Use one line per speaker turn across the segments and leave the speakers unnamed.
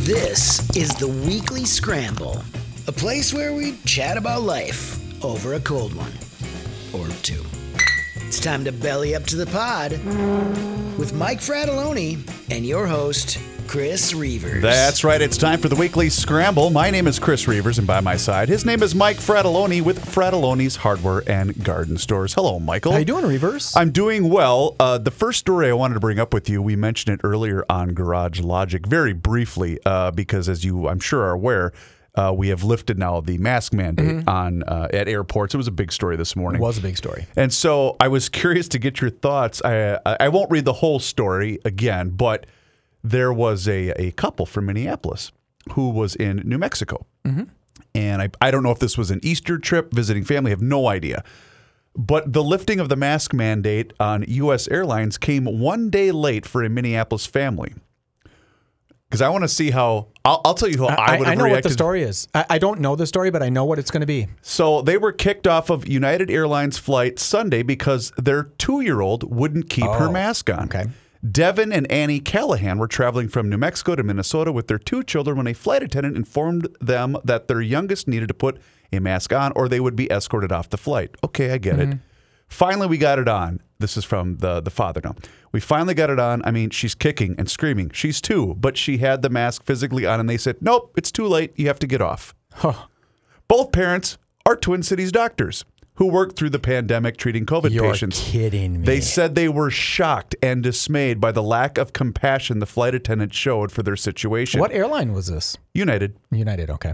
This is the Weekly Scramble, a place where we chat about life over a cold one or two. It's time to belly up to the pod with Mike Fratelloni and your host, Chris Reavers.
That's right. It's time for the weekly scramble. My name is Chris Reavers, and by my side, his name is Mike Fratelloni with Fratelloni's Hardware and Garden Stores. Hello, Michael.
How you doing, Reavers?
I'm doing well. Uh, the first story I wanted to bring up with you, we mentioned it earlier on Garage Logic, very briefly, uh, because as you, I'm sure, are aware. Uh, we have lifted now the mask mandate
Mm-hmm.
on uh, at airports. It was a big story this morning.
It was a big story.
And so I was curious to get your thoughts. I I I won't read the whole story again, but there was a, a couple from Minneapolis who was in New Mexico.
Mm-hmm.
And I, I don't know if this was an Easter trip, visiting family, I have no idea. But the lifting of the mask mandate on U.S. airlines came one day late for a Minneapolis family. Because I want to see how, I'll, I'll tell you how I,
I,
would
I
have
know
reacted.
what the story is. I, I don't know the story, but I know what it's going to be.
So they were kicked off of United Airlines flight Sunday because their two year old wouldn't keep her mask on.
okay.
Devin and Annie Callahan were traveling from New Mexico to Minnesota with their two children when a flight attendant informed them that their youngest needed to put a mask on or they would be escorted off the flight. Okay, I get it. Finally, we got it on. This is from the, the father now. We finally got it on. I mean, she's kicking and screaming. She's two, but she had the mask physically on, and they said, Nope, it's too late. You have to get off. Both parents are Twin Cities doctors who worked through the pandemic treating COVID
You're
patients.
kidding me.
They said they were shocked and dismayed by the lack of compassion the flight attendant showed for their situation.
what airline was this?
United.
United. Okay,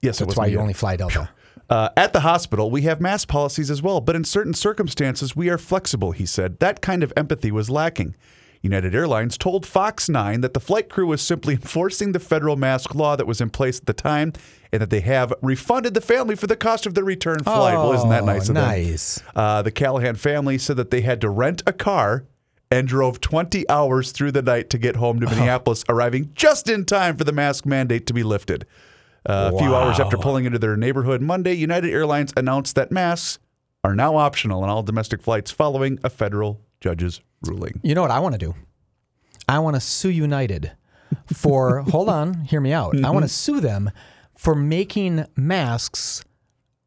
Yes, it
that's
was
why you
United.
only fly Delta.
Uh, at the hospital, we have mask policies as well, but in certain circumstances, we are flexible, he said. That kind of empathy was lacking. United Airlines told Fox 9 that the flight crew was simply enforcing the federal mask law that was in place at the time and that they have refunded the family for the cost of their return flight. well, isn't that
Oh,
nice of them?
nice.
Uh, the Callahan family said that they had to rent a car and drove 20 hours through the night to get home to Minneapolis, arriving just in time for the mask mandate to be lifted. Uh, A few hours after pulling into their neighborhood Monday, United Airlines announced that masks are now optional on all domestic flights following a federal judge's ruling.
You know what I want to do? I want to sue United for. hold on, hear me out. I want to sue them for making masks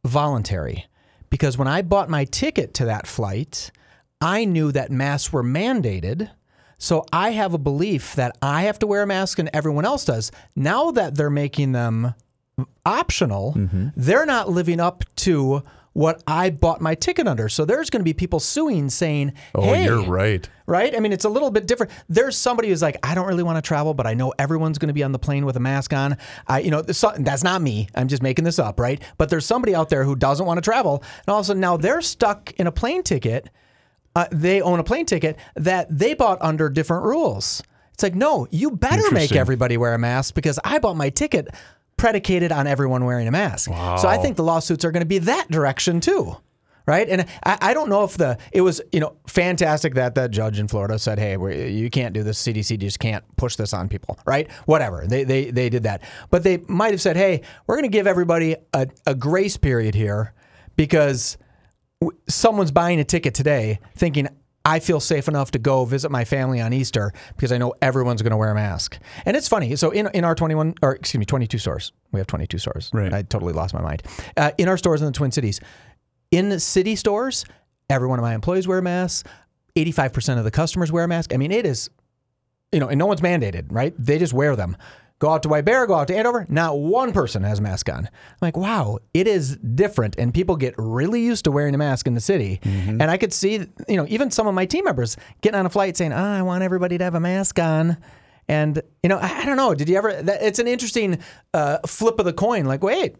voluntary because when I bought my ticket to that flight, I knew that masks were mandated. So I have a belief that I have to wear a mask and everyone else does. Now that they're making them optional, they're not living up to what I bought my ticket under. So there's going to be people suing saying,
Oh,
"Hey,
right.
Oh, right? I mean, it's a little bit different. There's somebody who's like, I don't really want to travel, but I know everyone's going to be on the plane with a mask on. I, you know, so, that's not me. I'm just making this up, right? But there's somebody out there who doesn't want to travel, and all of a sudden now they're stuck in a plane ticket. Uh, they own a plane ticket that they bought under different rules. It's like, no, you better make
Interesting.
everybody wear a mask because I bought my ticket predicated on everyone wearing a mask. So I think the lawsuits are going to be that direction too right? And I, I don't know if the it was you know fantastic that that judge in Florida said, hey, we you can't do this. CDC just can't push this on people, right? Whatever they they they did that, but they might have said, hey, we're going to give everybody a, a grace period here because w- someone's buying a ticket today thinking. I feel safe enough to go visit my family on Easter because I know everyone's going to wear a mask. And it's funny. So in in our 21 or excuse me 22 stores, we have 22 stores.
Right.
I totally lost my mind. Uh, in our stores in the Twin Cities, in the city stores, every one of my employees wear masks. 85% of the customers wear a mask. I mean, it is you know, and no one's mandated, right? They just wear them. Go out to White Bear, go out to Andover. Not one person has a mask on. I'm like, wow, it is different, and people get really used to wearing a mask in the city. And I could see, you know, even some of my team members getting on a flight saying, ah, "I want everybody to have a mask on." And you know, I, I don't know. Did you ever? That, it's an interesting uh, flip of the coin. Like, wait,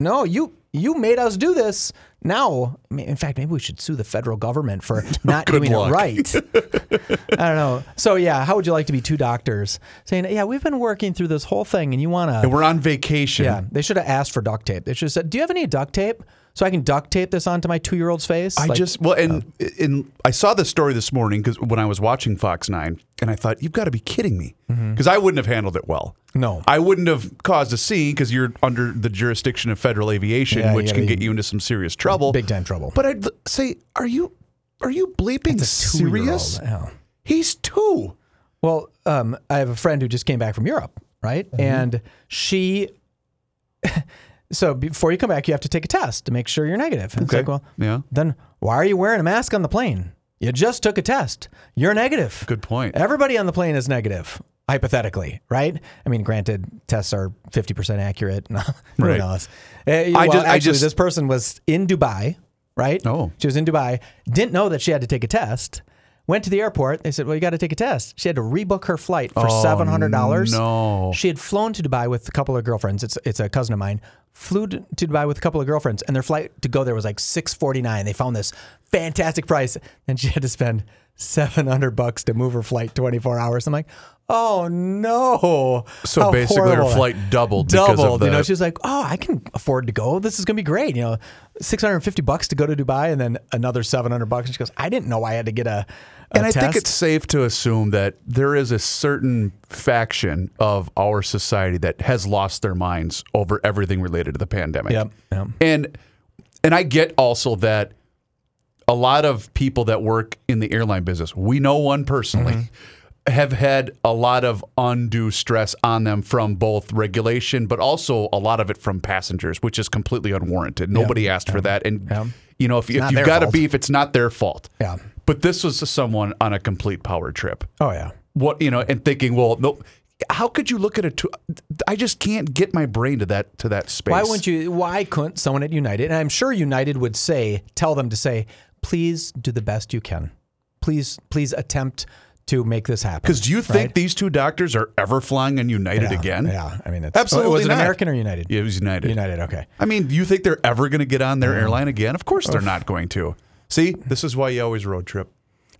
no, you you made us do this. Now, I mean, in fact, maybe we should sue the federal government for not doing
luck.
it right. I don't know. So yeah, how would you like to be two doctors saying, "Yeah, we've been working through this whole thing, and you want
And
to?"
we're on vacation.
Yeah, they should have asked for duct tape. They should have said, "Do you have any duct tape so I can duct tape this onto my two-year-old's face?"
I
Like, um,
just well, and and I saw this story this morning because when I was watching Fox Nine, and I thought, "You've got to be kidding me," because I wouldn't have handled it well.
Mm-hmm. No.
I wouldn't have caused a scene because you're under the jurisdiction of federal aviation,
Yeah, you
which
gotta
can
be-
get you into some serious trouble,
big time trouble.
But I'd l- say, are you are you bleeping
That's a two-year-old.
serious?
Yeah.
He's two.
Well, um, I have a friend who just came back from Europe, right?
Mm-hmm.
And she, so before you come back, you have to take a test to make sure you're negative. And It's
Okay.
like, well,
Yeah.
Then why are you wearing a mask on the plane? You just took a test. You're negative.
Good point.
Everybody on the plane is negative, hypothetically, right? I mean, granted, tests are 50% accurate. Who
Right.
knows? Eh,
I
well,
just- I
actually,
just-
this person was in Dubai, right?
Oh.
She was in Dubai, didn't know that she had to take a test. Went to the airport. They said, "Well, you got to take a test." She had to rebook her flight for
Oh,
seven hundred dollars.
no.
she had flown to Dubai with a couple of girlfriends. It's it's a cousin of mine. Flew to to Dubai with a couple of girlfriends, and their flight to go there was like six forty nine. They found this fantastic price, and she had to spend seven hundred bucks to move her flight twenty four hours. I'm like, oh no!
So
How
basically her
horrible.
flight doubled because of
Doubled. you know,
the-
she was like, oh, I can afford to go. This is gonna be great. You know, six hundred fifty bucks to go to Dubai, and then another seven hundred bucks. And she goes, I didn't know I had to get a. a
And I think
test."
it's safe to assume that there is a certain faction of our society that has lost their minds over everything related to the pandemic.
Yep, yep.
And and I get also that a lot of people that work in the airline business, we know one personally,
Mm-hmm.
have had a lot of undue stress on them from both regulation, but also a lot of it from passengers, which is completely unwarranted. Nobody asked for that. And
yeah.
you know, if, if
not
you've
their
got a
fault.
beef, it's not their fault.
Yeah.
But this was someone on a complete power trip.
oh yeah.
What you know, and thinking, well, no, how could you look at a two? I just can't get my brain to that to that space.
Why wouldn't you? Why couldn't someone at United? And I'm sure United would say, tell them to say, please do the best you can. Please, please attempt to make this happen.
Because do you think
right?
these two doctors are ever flying on United
yeah,
again?
Yeah, I mean, it's,
Absolutely
Was it
not.
American or United?
It was United.
United. Mm. Okay.
I mean, do you think they're ever going to get on their airline again? Of course they're not going to. See, this is why you always road trip.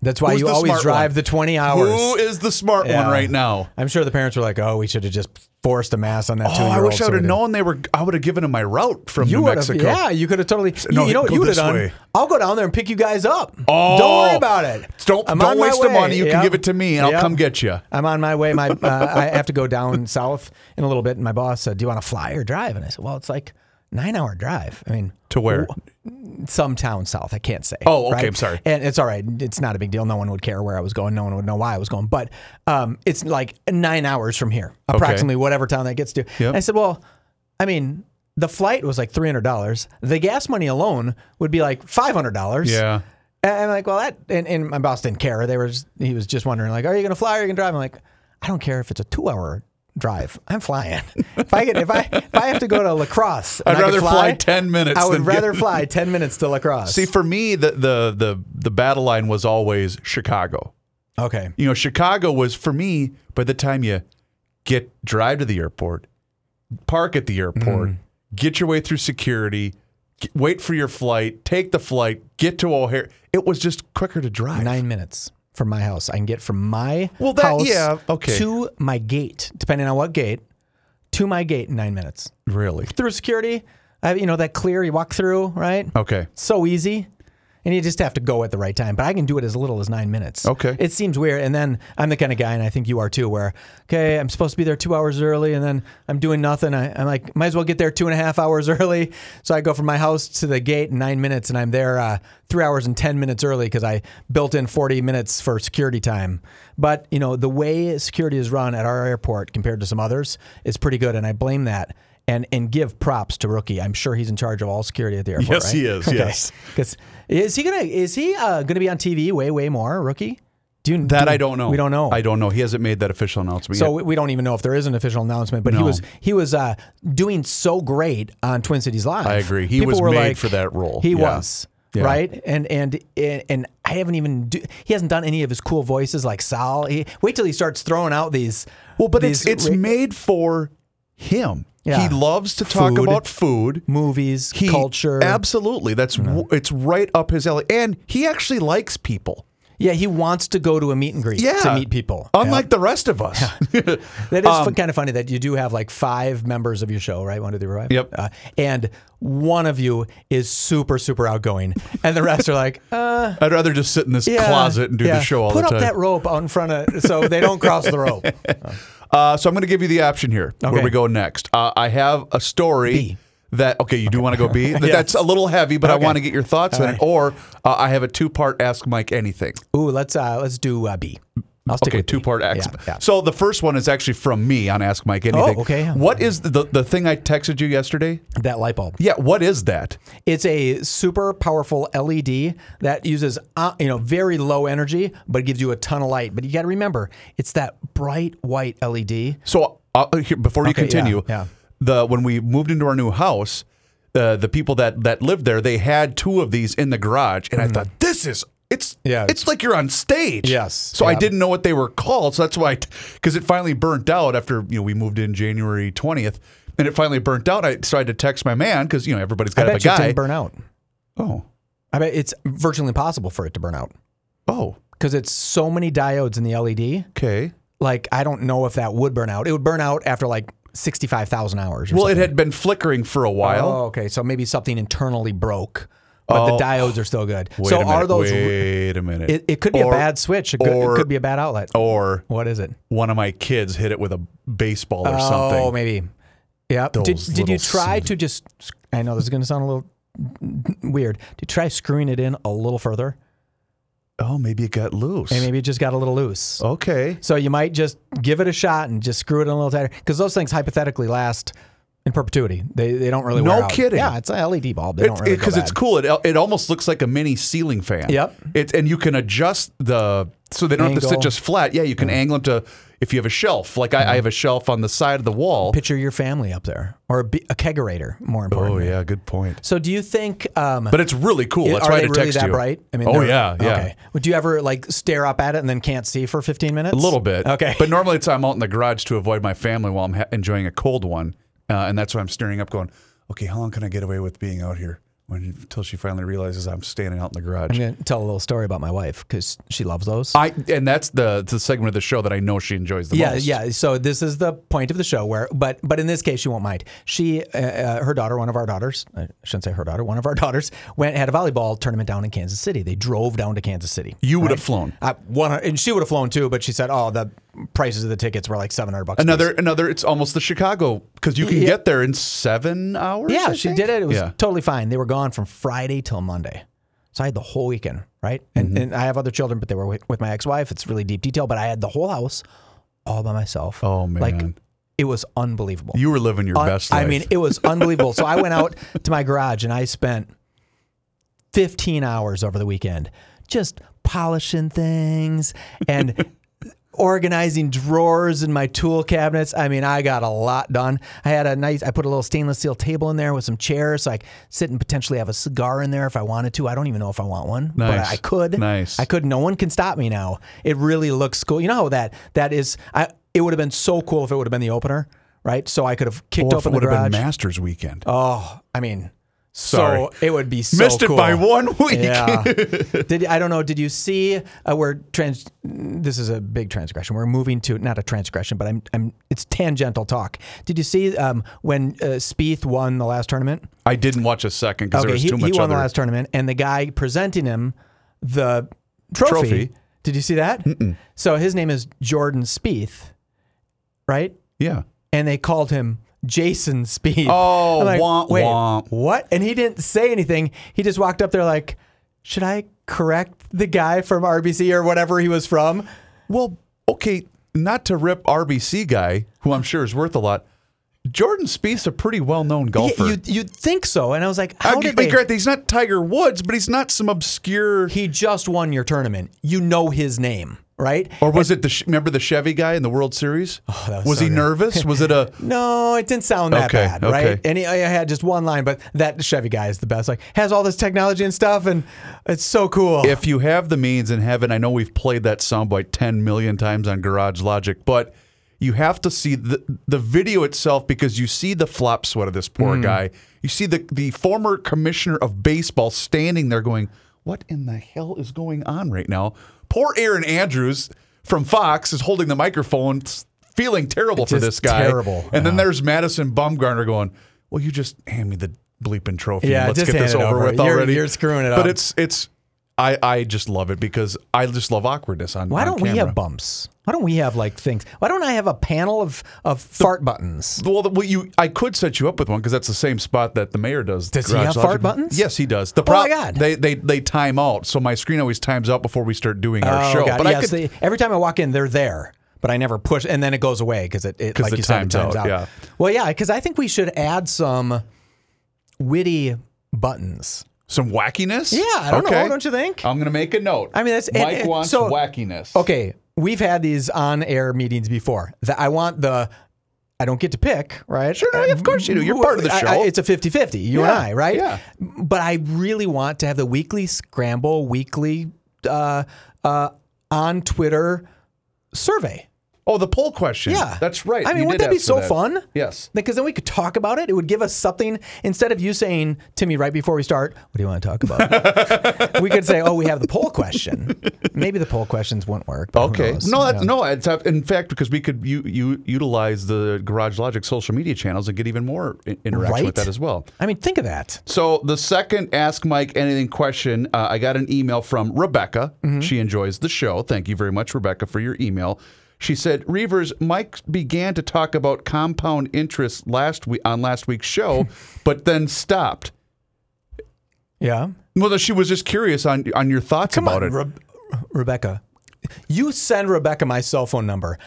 That's why
Who's
you
the
always
smart
drive
one?
the 20 hours.
Who is the smart
Yeah.
one right now?
I'm sure the parents were like, "Oh, we should have just forced a mass on that
Oh,
two-year-old."
I wish I
so we
would have
didn't."
known they were. I would have given them my route from
You
New
would have,
Mexico.
yeah. You could have totally.
No,
you, you know what
go
you would have
this
done?
way.
I'll go down there and pick you guys up.
Oh.
don't worry about it.
Don't-
I'm
don't
on my
waste the
way.
money. You can give it to me, and I'll come get you.
I'm on my way. My uh, I have to go down south in a little bit, and my boss said, "Do you want to fly or drive?" And I said, "Well, it's like nine-hour drive. I mean,
To where?
some town south. I can't say.
Oh, okay, I'm sorry.
And it's all right. It's not a big deal. No one would care where I was going. No one would know why I was going. But um, it's like nine hours from here, approximately whatever town that gets to. And I said, well, I mean, the flight was like three hundred dollars. The gas money alone would be like five hundred dollars.
Yeah.
And I'm like, well, that. And, and my boss didn't care. They were. Just, he was just wondering, like, are you going to fly or are you going to drive? I'm like, I don't care if it's a two-hour drive. I'm flying. if I get, if I if I have to go to Lacrosse, and
I'd
I could
rather fly 10 minutes
I would
than get-
rather fly ten minutes to Lacrosse.
See, for me, the the the the battle line was always Chicago.
Okay.
you know, Chicago was for me by the time you get drive to the airport, park at the airport,
Mm-hmm.
get your way through security, g wait for your flight, take the flight, get to O'Hare. It was just quicker to drive.
Nine minutes from my house. I can get from my
Well, that-
house
yeah, okay.
to my gate, depending on what gate, to my gate in nine minutes.
Really?
Through security, I, you know, that clear you walk through, right?
Okay.
So easy. And you just have to go at the right time. But I can do it as little as nine minutes.
Okay.
It seems weird. And then I'm the kind of guy, and I think you are too, where, okay, I'm supposed to be there two hours early, and then I'm doing nothing. I, I'm like, might as well get there two and a half hours early. So I go from my house to the gate in nine minutes, and I'm there uh, three hours and 10 minutes early because I built in 40 minutes for security time. But, you know, the way security is run at our airport compared to some others is pretty good. And I blame that. And, and give props to Rookie. I'm sure he's in charge of all security at the airport.
Yes,
right?
he is, yes.
Because is he gonna is he uh, gonna be on TV way way more rookie? Do you,
That
do-
I don't know.
We don't know.
I don't know. He hasn't made that official announcement
So
yet.
we, we don't even know if there is an official announcement, but he
No.
was he was uh, doing so great on Twin Cities Live.
I agree. He was made for that role.
He
Yeah.
was
Yeah.
right, and and and I haven't even do, he hasn't done any of his cool voices like Sal. He, wait till he starts throwing out these.
Well, but it's
these
it's
ra-
made for him.
Yeah.
He loves to talk
Food.
about food,
movies,
he,
culture.
Absolutely, that's w it's right up his alley, and he actually likes people.
yeah, he wants to go to a meet and greet
Yeah,
to meet people.
Unlike the rest of us.
That is
Um,
kind of funny that you do have like five members of your show, right? One to the right.
Yep.
Uh, and one of you is super, super outgoing, and the rest are like, uh,
I'd rather just sit in this
yeah,
closet and do
yeah.
the show all
Put
the time.
up that rope out in front of so they don't cross the rope.
Uh, so I'm going to give you the option here where
Okay.
we go next. Uh, I have a story
B.
that okay, you do want to go B. That- That's a little heavy, but I want to get your thoughts on it. Or uh, I have a two part Ask Mike Anything.
Ooh, let's uh, let's do uh, B. I'll stick
Okay,
with B.
two part Ask.
Yeah, yeah.
So the first one is actually from me on Ask Mike Anything.
okay, yeah.
What is the, the the thing I texted you yesterday?
That light bulb.
Yeah, what is that?
It's a super powerful LED that uses uh, you know very low energy, but it gives you a ton of light. But you got to remember, it's that bright white E LED.
So uh, here, before you
Okay, yeah,
continue,
yeah.
the when we moved into our new house, uh, the people that that lived there they had two of these in the garage, and I thought this is. It's
Mm-hmm. Yeah,
it's like you're on stage.
Yes,
So I
yeah.
didn't know what they were called. So that's why, because it finally burnt out after you know we moved in January twentieth, and it finally burnt out. I tried to text my man because you know everybody's
I
got to have
bet you
a
it
guy.
didn't burn out.
oh,
I bet it's virtually impossible for it to burn out
oh,
because it's so many diodes in the LED.
okay.
Like I don't know if that would burn out. It would burn out after like sixty-five thousand hours. Or
Well,
something.
it had been flickering for a while.
Oh, okay. So maybe something internally broke, but
Oh.
the diodes are still good.
Wait
so
a minute,
are those?
Wait a minute.
It, it could be
Or-
a bad switch. It could,
or-
it could be a bad outlet.
or
What is it?
one of my kids hit it with a baseball or something.
Oh, maybe. Yep. Did,
Those
did you
little
try to just? I know this is going to sound a little weird. Did you try screwing it in a little further?
Oh, maybe it got loose.
And maybe it just got a little loose.
Okay.
So you might just give it a shot and just screw it in a little tighter because those things hypothetically last in perpetuity. They they don't really
No
wear out.
kidding.
Yeah, it's a LED bulb. They
Because
don't really go
it's
bad.
cool. It, it almost looks like a mini ceiling fan.
Yep.
It's and you can adjust the so they don't have to sit
Angle.
just flat. Yeah, you can angle them to if you have a shelf. Like I, I have a shelf on the side of the wall.
Picture your family up there or a, be- a kegerator, more important.
Oh yeah, good point.
So do you think? Um,
But it's really cool. That's
are
why I
they
had to
really
text
that
you.
bright?
oh
they're-
yeah, yeah.
Okay. Would you ever like stare up at it and then can't see for 15 minutes?
A little bit.
Okay.
But normally it's I'm out in the garage to avoid my family while I'm ha- enjoying a cold one, uh, and that's why I'm staring up, going, "Okay, how long can I get away with being out here?" When until she finally realizes I'm standing out in the garage.
I'm gonna tell a little story about my wife because she loves those.
I and that's the the segment of the show that I know she enjoys the
yeah,
most.
yeah. So this is the point of the show where, but but in this case, she won't mind. She, uh, uh, her daughter, one of our daughters, I shouldn't say her daughter, one of our daughters went had a volleyball tournament down in Kansas City. They drove down to Kansas City.
You would have flown.
I, one, and she would have flown too, but she said, "Oh, the prices of the tickets were like seven hundred bucks." a piece."
Another another. It's almost the Chicago because you can
Yeah.
get there in seven hours.
Yeah,
I
she
think?
did it. It was
yeah.
totally fine. They were gone from Friday till Monday. So I had the whole weekend, right? And,
Mm-hmm.
and I have other children, but they were with, with my ex wife. It's really deep detail, but I had the whole house all by myself.
Oh,
Like,
man.
it was unbelievable.
you were living your
Un-
best. Life.
I mean, it was unbelievable. so I went out to my garage and I spent 15 hours over the weekend just polishing things and organizing drawers in my tool cabinets. I mean, I got a lot done. I had a nice I put a little stainless steel table in there with some chairs so I could sit and potentially have a cigar in there if I wanted to. I don't even know if I want one, but
Nice.
I could.
Nice.
I could. No one can stop me now. It really looks cool. You know how that that is I it would have been so cool if it would have been the opener, right? So I could have kicked
Or if it
open the
would have
garage.
been Masters weekend.
Oh, I mean,
Sorry.
so it would be so
Missed it
cool.
by one week.
Yeah. did I don't know? Did you see uh, where trans? This is a big transgression. We're moving to not a transgression, but I'm I'm. It's tangential talk. Did you see um, when uh, Spieth won the last tournament?
I didn't watch a second because there was
he,
too
he
much
won
other.
the last tournament, and the guy presenting him the trophy.
Trophy.
Did you see that? So his name is Jordan Spieth, right?
yeah.
and they called him Jason Speed.
Oh, womp,
wait,
womp."
what? And he didn't say anything. He just walked up there like, should I correct the guy from RBC or whatever he was from?
Well, okay, not to rip RBC guy, who I'm sure is worth a lot. Jordan Spieth's a pretty well-known golfer.
You, you you'd think so? And I was like,
I
how did
mean,
they?
granted, he's not Tiger Woods, but he's not some obscure.
He just won your tournament. You know his name. right?
Or was it the sh- remember the Chevy guy in the World Series? Oh,
that was
was
so
he
good.
nervous? Was it a
No, it didn't sound that
Okay,
bad,
okay.
right? And he, I had just one line, but that Chevy guy is the best. Like has all this technology and stuff, and it's so cool.
if you have the means in heaven, I know we've played that soundbite 10 million times on Garage Logic, but you have to see the, the video itself because you see the flop sweat of this
Hmm.
poor guy. You see the, the former commissioner of baseball standing there going, What in the hell is going on right now? Poor Aaron Andrews from Fox is holding the microphone, s- feeling terrible for
just
this guy.
terrible.
And then there's Madison Bumgarner going, Well, you just hand me the bleeping trophy.
Yeah,
Let's
just
get this
hand it
over
over.
with
You're-
already.
you're screwing it
But
up.
it's it's I I just love it because I just love awkwardness on.
Why
on
don't we
camera.
have bumps? Why don't we have like things? Why don't I have a panel of of fart buttons?
Well, the- well, you I could set you up with one because that's the same spot that the mayor does.
Does he
Garage
have
Logic.
fart buttons?
Yes, he does. The
Oh,
prob-
my God.
They they they time out, so my screen always times out before we start doing our
Oh,
show.
God.
But I could.
yes, they- every time I walk in, they're there, but I never push, and then it goes away because it, it
'Cause
like
it
you said, it
times
times
out,
out.
yeah.
Well, yeah, because I think we should add some witty buttons.
some wackiness.
Yeah, I don't know.
okay.
Don't you think?
I'm gonna make a note.
I mean, that's and-
Mike
and-
wants
so-
wackiness.
Okay, we've had these on-air meetings before. The, I want the. I don't get to pick, right?
Sure, no, of course you do. You're part of the
I- I-
show.
it's a 50-50, you and
Yeah,
I, right?
yeah.
But I really want to have the weekly scramble, weekly uh, uh, on Twitter survey.
Oh, the poll question.
Yeah.
that's right.
I mean,
You
wouldn't
did
that be
ask for
so fun?
Yes.
Because then we could talk about it. It would give us something instead of you saying to me right before we start, "What do you want to talk about?" we could say, "Oh, we have the poll question." Maybe the poll questions won't work. but who
Okay.
knows?
No, that's,
Yeah.
no. It's, in fact, because we could u- u- utilize the Garage Logic social media channels and get even more i- interaction with
Right?
that as well.
I mean, think of that.
So the second Ask Mike Anything question, uh, I got an email from Rebecca.
Mm-hmm.
She enjoys the show. Thank you very much, Rebecca, for your email. She said, "Reavers, Mike began to talk about compound interest last week on last week's show, but then stopped.
Yeah.
Well, no, she was just curious on on your thoughts
Come
about
on,
it.
Re- Rebecca. You send Rebecca my cell phone number.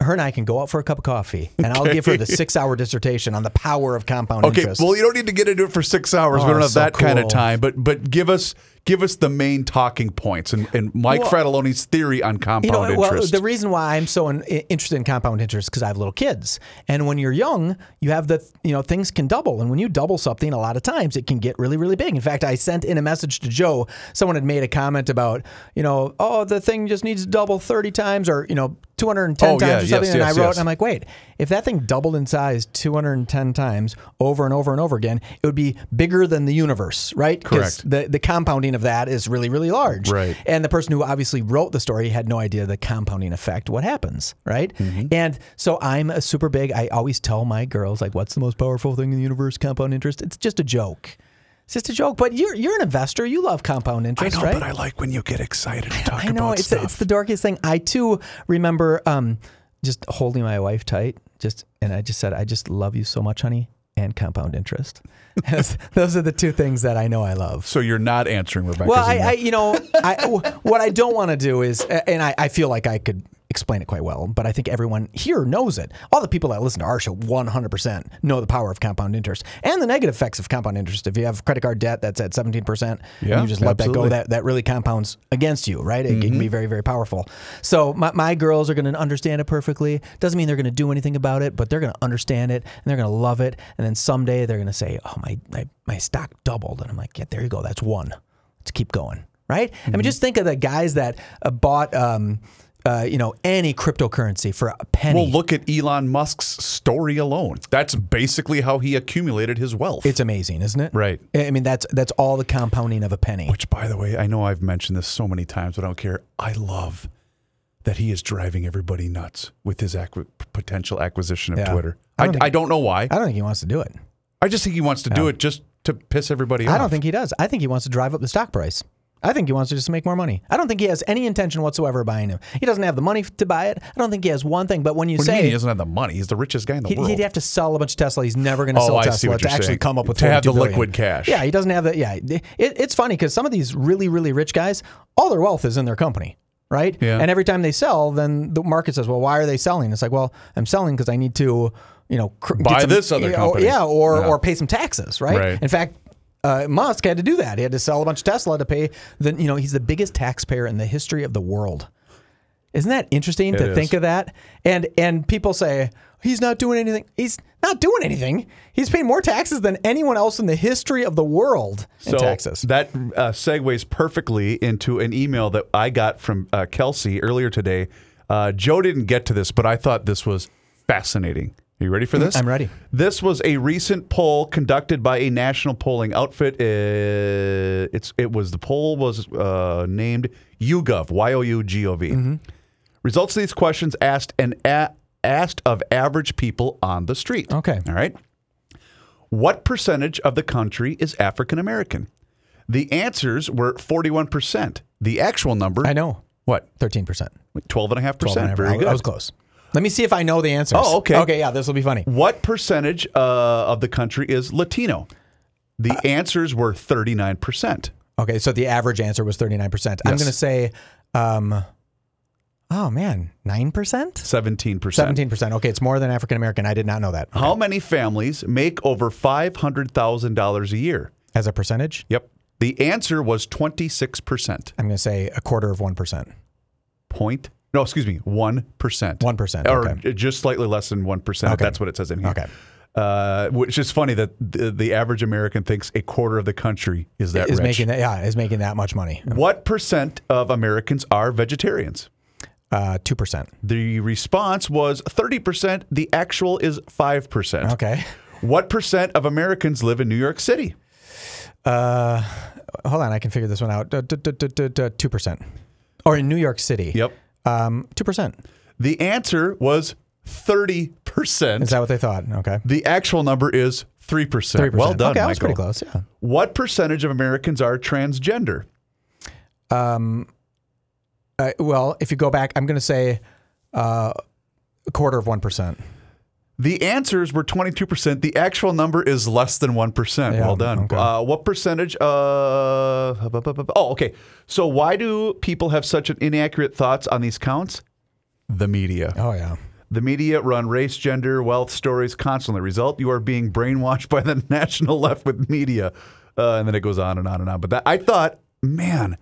Her and I can go out for a cup of coffee, and I'll give her the six-hour dissertation on the power of compound
Okay,
interest.
well, you don't need to get into it for six hours. we
Oh,
don't have
so
that kind of
cool.
time, but but give us give us the main talking points and, and Mike
Well,
Fratelloni's theory on compound
you know,
interest.
Well, the reason why I'm so in, i- interested in compound interest is because I have little kids, and when you're young, you have the you know things can double, and when you double something, a lot of times it can get really really big. In fact, I sent in a message to Joe. Someone had made a comment about you know oh the thing just needs to double 30 times or you know 210
Oh,
times
yeah,
or something,
yes,
and
yes,
I wrote
yes.
and I'm like wait if that thing doubled in size 210 times over and over and over again, it would be bigger than the universe, right? 'Cause
Correct.
The the compounding of that is really really large.
Right.
And the person who obviously wrote the story had no idea the compounding effect, what happens, right?
Mm-hmm.
And so I'm a super big, I always tell my girls, like, what's the most powerful thing in the universe? Compound interest. It's just a joke. It's just a joke. But you're you're an investor. You love compound
I
interest,
know,
right?
but I like when you get excited and talk
I know
about
it's
stuff.
The, it's the dorkiest thing. I too remember um, just holding my wife tight, just and I just said, "I just love you so much, honey," and compound interest. Those are the two things that I know I love.
so you're not answering Rebecca's
Well, I,
email.
I, you know, I, w- what I don't want to do is, and I, I feel like I could explain it quite well, but I think everyone here knows it. All the people that listen to our show 100% know the power of compound interest and the negative effects of compound interest. If you have credit card debt that's at 17%,
Yeah,
and you just
absolutely.
let
Mm-hmm.
that go, that, that really compounds against you, right? It, it can be very, very powerful. So my, my girls are going to understand it perfectly. Doesn't mean they're going to do anything about it, but they're going to understand it and they're going to love it. And then someday they're going to say, oh, my, my, my stock doubled. And I'm like, yeah, there you go. That's one to keep going, right?
Mm-hmm.
I mean, just think of the guys that uh, bought, um, uh, you know, any cryptocurrency for a penny.
well, look at Elon Musk's story alone. That's basically how he accumulated his wealth.
it's amazing, isn't it?
Right.
I mean, that's that's all the compounding of a penny.
Which, by the way, I know I've mentioned this so many times, but I don't care. I love that he is driving everybody nuts with his acqui- potential acquisition of
Yeah.
Twitter.
I
I,
don't think-
I don't know why.
I don't think he wants to do it.
I just think he wants to do it just to piss everybody off.
I don't think he does. I think he wants to drive up the stock price. I think he wants to just make more money. I don't think he has any intention whatsoever of buying him. He doesn't have the money to buy it. I don't think he has one thing. But when you
What do you
say
mean he doesn't have the money? He's the richest guy in the
He'd,
world.
he'd have to sell a bunch of Tesla. He's never going to
Oh,
sell
I see
Tesla
what
to
you're
actually
saying.
come up with
To have the
42 billion.
liquid cash.
Yeah, he doesn't have that. Yeah, it, it's funny because some of these really, really rich guys, all their wealth is in their company, right?
Yeah.
And every time they sell, then the market says, "Well, why are they selling?" It's like, "Well, I'm selling because I need to, you know, cr- get
Buy
some-
this other
yeah, or-
company.
yeah, or
Yeah.
or pay some taxes, right?
Right.
In fact." Uh, Musk had to do that. He had to sell a bunch of Tesla to pay. The you know he's the biggest taxpayer in the history of the world Isn't that interesting to
is.
think of that? And and people say he's not doing anything. He's not doing anything. He's paying more taxes than anyone else in the history of the world in taxes.
That uh, segues perfectly into an email that I got from uh, Kelsey earlier today. Uh, Joe didn't get to this, but I thought this was fascinating. Are you ready for this?
Mm, I'm ready.
This was a recent poll conducted by a national polling outfit. Uh, it's it was the poll was uh, named YouGov, Y O U G O V.
Mm-hmm.
Results of these questions asked an a- asked of average people on the street.
Okay.
All right. What percentage of the country is African American? The answers were 41%. The actual number,
I know.
what?
Thirteen percent.
12.5%. Very good.
I was close. Let me see if I know the answers.
Oh, okay.
Okay, yeah, this will be funny.
What percentage uh, of the country is Latino? The answers were 39%.
Okay, so the average answer was 39%. I'm
Yes.
going to say, um, oh man, 9%?
17%.
17%. Okay, it's more than African American. I did not know that
How many families make over $500,000 a year?
as a percentage.
Yep. The answer was 26%.
I'm going to say a quarter of 1%.
point. No, excuse me, one percent.
1%,
or
okay.
just slightly less than one percent.
Okay.
That's what it says in here.
Okay.
Uh, which is funny that the, the average American thinks a quarter of the country is that
Is
rich.
making that, yeah, is making that much money.
what percent of Americans are vegetarians?
Uh, 2%.
The response was 30%. The actual is 5%.
Okay.
What percent of Americans live in New York City?
Uh, hold on, I can figure this one out. Uh, duh, duh, duh, duh, duh, 2%. Or in New York City.
Yep.
Um, 2%.
The answer was 30%.
Is that what they thought? Okay.
the actual number is 3%.
3%.
Well done,
Okay, I was
Michael.
pretty close. Yeah.
What percentage of Americans are transgender?
Uh, well, if you go back, I'm going to say uh, a quarter of 1%.
The answers were 22%. The actual number is less than 1%.
Yeah,
well done.
okay.
Uh, what percentage? Uh, bu- bu- bu- bu- oh, okay. So, why do people have such an inaccurate thoughts on these counts? The media.
Oh, yeah.
The media run race, gender, wealth stories constantly. Result, you are being brainwashed by the national left with media. Uh, and then it goes on and on and on. But that, I thought, man,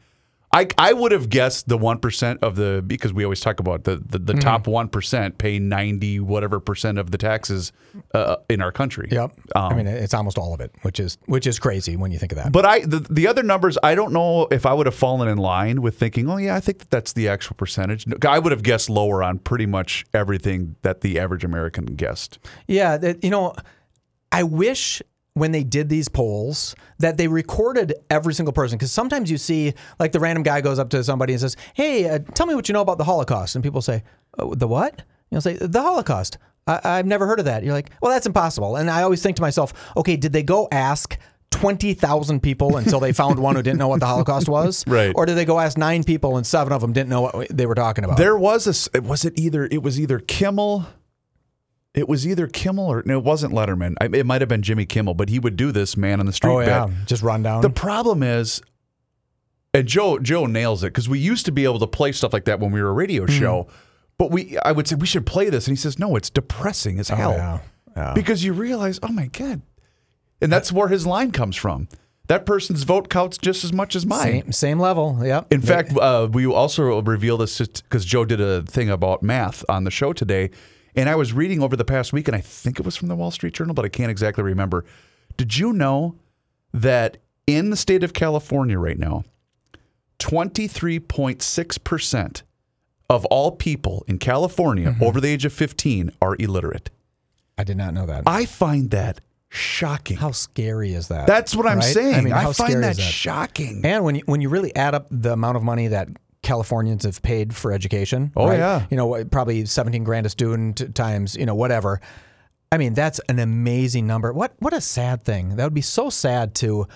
I, I would have guessed the 1% of the, because we always talk about the, the, the top 1% pay 90 whatever percent of the taxes uh, in our country. Uh,
Yep.
Um,
I mean, it's almost all of it, which is which is crazy when you think of that.
But I the, the other numbers, I don't know if I would have fallen in line with thinking, oh, yeah, I think that that's the actual percentage. No, I would have guessed lower on pretty much everything that the average American guessed.
yeah, that, you know, I wish when they did these polls that they recorded every single person because sometimes you see like the random guy goes up to somebody and says, "Hey, uh, tell me what you know about the Holocaust," and people say, oh, "The what?" You'll say, "The Holocaust." I- I've never heard of that. You're like, well, that's impossible. And I always think to myself, okay, did they go ask 20,000 people until they found one who didn't know what the Holocaust was?
Right.
Or did they go ask nine people and seven of them didn't know what they were talking about?
There was a. s- it Was it either? It was either Kimmel. It was either Kimmel or no, it wasn't Letterman. I, it might have been Jimmy Kimmel, but he would do this man on the street
oh, yeah.
bet.
Just run down.
The problem is, and Joe Joe nails it because we used to be able to play stuff like that when we were a radio
Hmm.
show. But we, I would say we should play this, and he says no, it's depressing as hell
Oh, yeah.
because you realize, oh my god, and that's where his line comes from. That person's vote counts just as much as mine.
Same, same level. Yep.
In fact, uh, we also reveal this because Joe did a thing about math on the show today, and I was reading over the past week, and I think it was from the Wall Street Journal, but I can't exactly remember. Did you know that in the state of California right now, twenty three point six percent of all people in California
Mm-hmm.
over the age of fifteen are illiterate?
I did not know that.
I find that shocking.
how scary is that?
That's what I'm
Right?
saying. I,
I mean, how
find
scary
that,
is that?
shocking.
and when you, when you really add up the amount of money that Californians have paid for education,
Oh,
right?
yeah.
you know, what- probably 17 grand a student times, you know, whatever. I mean, that's an amazing number. What what a sad thing. That would be so sad to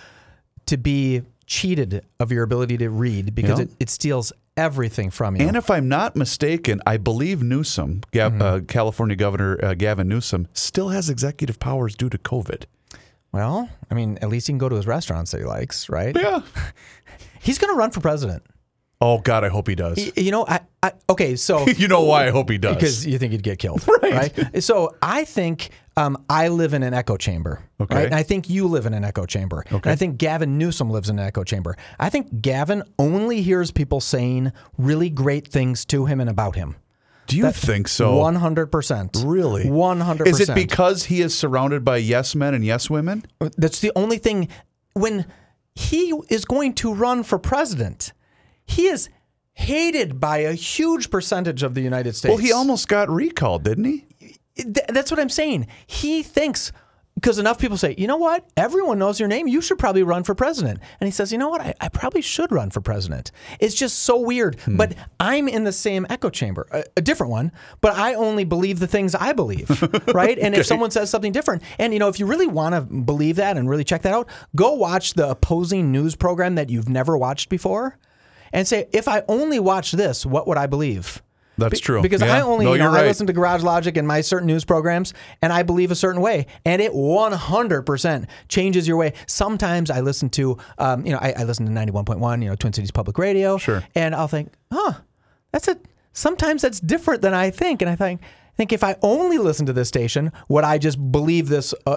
to be cheated of your ability to read because
Yeah.
it, it steals everything from you.
And if I'm not mistaken, I believe Newsom, Gav,
Mm-hmm.
uh, California Governor uh, Gavin Newsom, still has executive powers due to COVID.
well, I mean, at least he can go to his restaurants that he likes, right?
Yeah.
He's going to run for president.
Oh God, I hope he does.
Y- You know, I, I okay, so
you know why I hope he does?
because you think he'd get killed, right? So I think um, I live in an echo chamber.
Okay.
Right? And I think you live in an echo chamber. Okay. And I think Gavin Newsom lives in an echo chamber. I think Gavin only hears people saying really great things to him and about him.
Do you think so?
100%.
really?
100%.
Is it because he is surrounded by yes men and yes women?
That's the only thing. When he is going to run for president, he is hated by a huge percentage of the United States.
Well, he almost got recalled, didn't he?
Th- that's what I'm saying. He thinks because enough people say, you know what, everyone knows your name. You should probably run for president. And he says, you know what, I, I probably should run for president. It's just so weird. But I'm in the same echo chamber, a, a different one. But I only believe the things I believe, right? And if someone says something different, and you know, if you really want to believe that and really check that out, go watch the opposing news program that you've never watched before, and say, if I only watched this, what would I believe?
That's
Be-
true.
Because
Yeah.
I only
No,
you know,
you're right.
I listen to Garage Logic and my certain news programs, and I believe a certain way, and it 100% changes your way. Sometimes I listen to, um, you know, I, I listen to 91.1, you know, Twin Cities Public Radio,
Sure.
and I'll think, huh, that's a. Sometimes that's different than I think, and I think. I think if I only listen to this station, would I just believe this? Uh,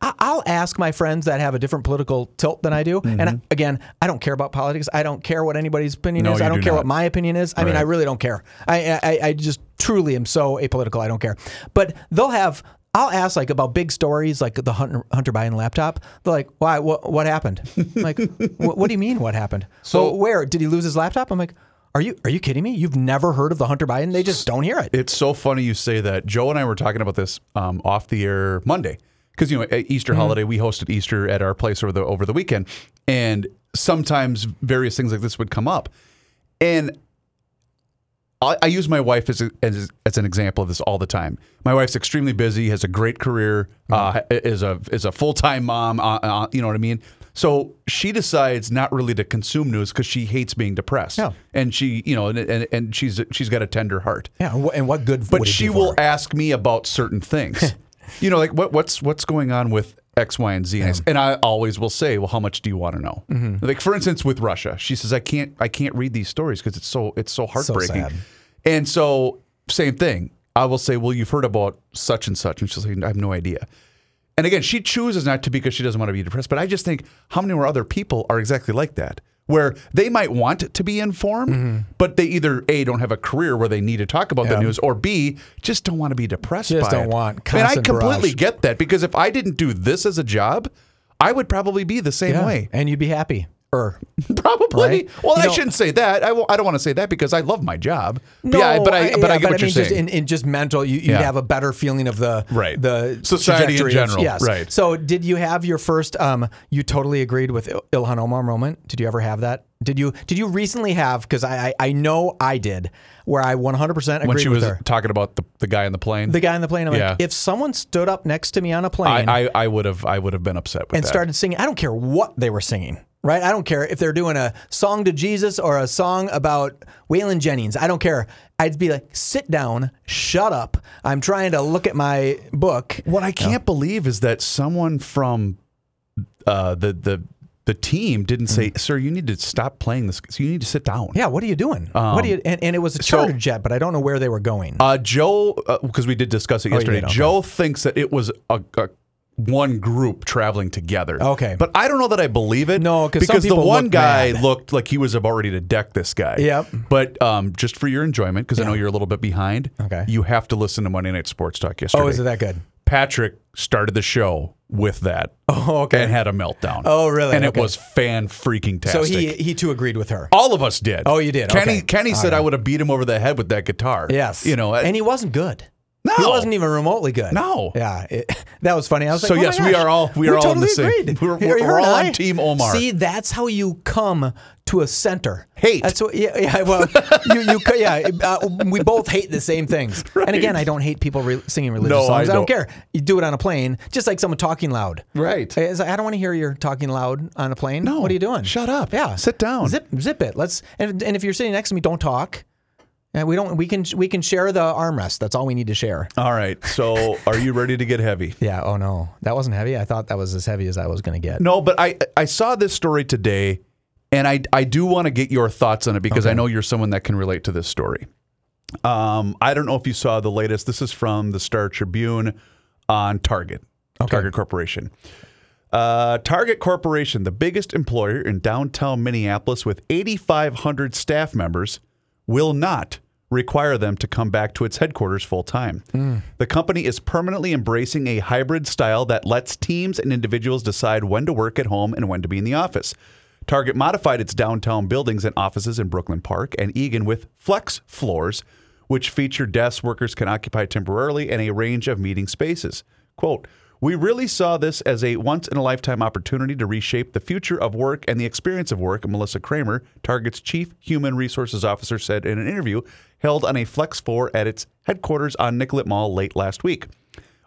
I- I'll ask my friends that have a different political tilt than I do. And I- again, I don't care about politics. I don't care what anybody's opinion
Mm-hmm. No,
is.
you
I don't
do
care
not.
what my opinion is. I mean, I
Right.
really don't care. I, I- I I just truly am so apolitical. I don't care. But they'll have. I'll ask like about big stories, like the Hunter, Hunter Biden laptop. They're like, "Why? What? What happened?" I'm like, "Wha- "What do you mean? What happened? So where did he lose his laptop?" I'm like, "Are you are you kidding me? You've never heard of the Hunter Biden? They just don't hear it."
It's so funny you say that. Joe and I were talking about this um, off the air Monday because you know at Easter holiday we hosted Easter at our place over the over the weekend, and sometimes various things like this would come up, and I, I use my wife as, a, as as an example of this all the time. My wife's extremely busy, has a great career, uh, is a is a full time mom. Uh, uh, you know what I mean. So she decides not really to consume news because she hates being depressed,
Yeah.
and she you know and, and and she's she's got a tender heart.
yeah, and what, and what good?
But
would it
she
do for
will
her?
ask me about certain things. you know, like what, what's what's going on with X, Y, and Z, and, I s- and I always will say, well, how much do you want to know? Like for instance, with Russia, she says, I can't I can't read these stories because it's so it's so heartbreaking.
sad.
And so same thing, I will say, well, you've heard about such and such, and she'll say, I have no idea. And again, she chooses not to because she doesn't want to be depressed. But I just think how many more other people are exactly like that, where they might want to be informed, but they either a don't have a career where they need to talk about the
Mm-hmm. Yeah.
news, or b just don't want to be depressed.
Just
by
don't
it.
want
I mean, I
constant
completely
barrage.
get that because if I didn't do this as a job, I would probably be the same
Yeah,
way.
and you'd be happy. Or
Probably.
Right?
Well,
You
I
know-
shouldn't say that. I, will, I don't want to say that because I love my job. yeah, but I, but I
yeah,
get what you're
mean,
saying.
Just in, in just mental, you, you'd
Yeah.
have a better feeling of the
Right.
the
Society in
trajectory of-
general,
yes.
right.
So, did you have your first? Um, you totally agreed with Il- Ilhan Omar moment. Did you ever have that? Did you did you recently have? Because I, I I know I did, where I 100 percent agreed
when she
with
was
her.
talking about the, the guy on the plane,
The guy on the plane. I'm
Yeah.
like, if someone stood up next to me on a plane,
I, I, I would have I would have been upset with
and
that.
started singing. I don't care what they were singing, right? I don't care if they're doing a song to Jesus or a song about Waylon Jennings. I don't care. I'd be like, sit down, shut up. I'm trying to look at my book.
What I can't believe is that someone from uh, the the the team didn't say, "Sir, you need to stop playing this. You need to sit down."
Mm. Yeah, what are you doing?
Um,
what are you? And, and it was a charter jet, but I don't know where they were going.
Uh, Joe, because we did discuss it
you
yesterday.
Oh, did, okay.
Joe thinks that it was a. a one group traveling together.
Okay.
but I don't know that I believe it.
No, 'cause some
because the
people
one
look
guy
mad.
looked like he was about ready to deck this guy.
Yep.
But um, just for your enjoyment, because I know you're a little bit behind.
Okay.
You have to listen to Monday Night Sports Talk yesterday.
oh, is it that good?
Patrick started the show with that.
Oh, okay.
And had a meltdown.
Oh, really?
And
Okay.
it was fan freaking tastic.
So he he too agreed with her.
all of us did.
Oh, you did?
Kenny
Okay.
Kenny said I would have beat him over the head with that guitar.
Yes,
You know,
and he wasn't good.
No.
he wasn't even remotely good.
No.
yeah, it- that was funny. I was like,
So
oh my
yes, we
gosh,
are all- we
we
are all in the
totally
same-
Agreed.
we're-
Here-
we're-
here
we're
and
all on
I-
Team Omar.
See, that's how you come to a center.
Hate.
That's what, yeah, yeah. Well, you, you, co- yeah. Uh, we both hate the same things. And again, I don't hate people re- singing religious
No, I
songs. I
don't.
don't care. You do it on a plane, just like someone talking loud.
Right.
It's like, I don't want to hear your talking loud on a plane.
No.
What are you doing?
Shut up.
Yeah.
Sit down.
Zip, zip it. Let's. And, and if you're sitting next to me, don't talk. Yeah, we don't. We can. We can share the armrest. That's all we need to share.
all right. So are you ready to get heavy?
Yeah. Oh no, that wasn't heavy. I thought that was as heavy as I was going to get.
No, but I I saw this story today, and I I do want to get your thoughts on it because I know you're someone that can relate to this story. Um, I don't know if you saw the latest. This is from the Star Tribune. on Target, Target Corporation. Uh, Target Corporation, the biggest employer in downtown Minneapolis with 8,500 staff members, will not require them to come back to its headquarters full time. The company is permanently embracing a hybrid style that lets teams and individuals decide when to work at home and when to be in the office. Target modified its downtown buildings and offices in Brooklyn Park and Egan with flex floors, which feature desks workers can occupy temporarily and a range of meeting spaces. Quote, we really saw this as a once in a lifetime opportunity to reshape the future of work and the experience of work, Melissa Kramer, Target's chief human resources officer, said in an interview held on a Flex 4 at its headquarters on Nicollet Mall late last week.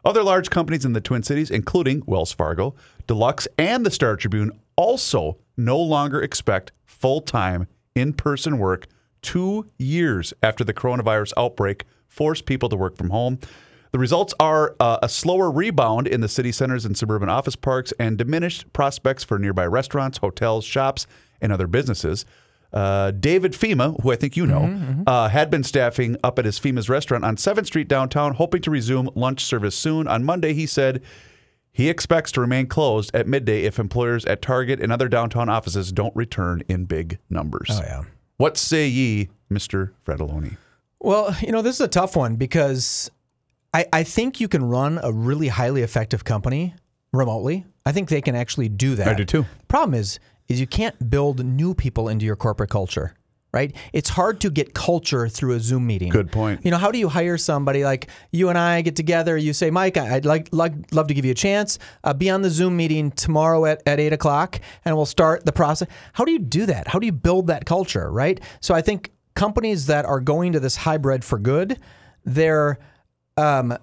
Other large companies in the Twin Cities, including Wells Fargo, Deluxe, and the Star Tribune, also no longer expect full time in person work two years after the coronavirus outbreak forced people to work from home. The results are uh, a slower rebound in the city centers and suburban office parks and diminished prospects for nearby restaurants, hotels, shops, and other businesses. Uh, David FEMA, who I think you know,
Mm-hmm,
uh, had been staffing up at his FEMA's restaurant on 7th Street downtown, hoping to resume lunch service soon. On Monday, he said he expects to remain closed at midday if employers at Target and other downtown offices don't return in big numbers.
Oh yeah.
What say ye, Mr. Fredaloni?
Well, you know, this is a tough one because I, I think you can run a really highly effective company remotely. I think they can actually do that.
I do too.
Problem is, is you can't build new people into your corporate culture, right? It's hard to get culture through a Zoom meeting.
Good point.
You know, how do you hire somebody like you and I get together? You say, Mike, I- I'd like, like love to give you a chance. Uh, be on the Zoom meeting tomorrow at, at eight o'clock, and we'll start the process. How do you do that? How do you build that culture, right? So I think companies that are going to this hybrid for good, they're um,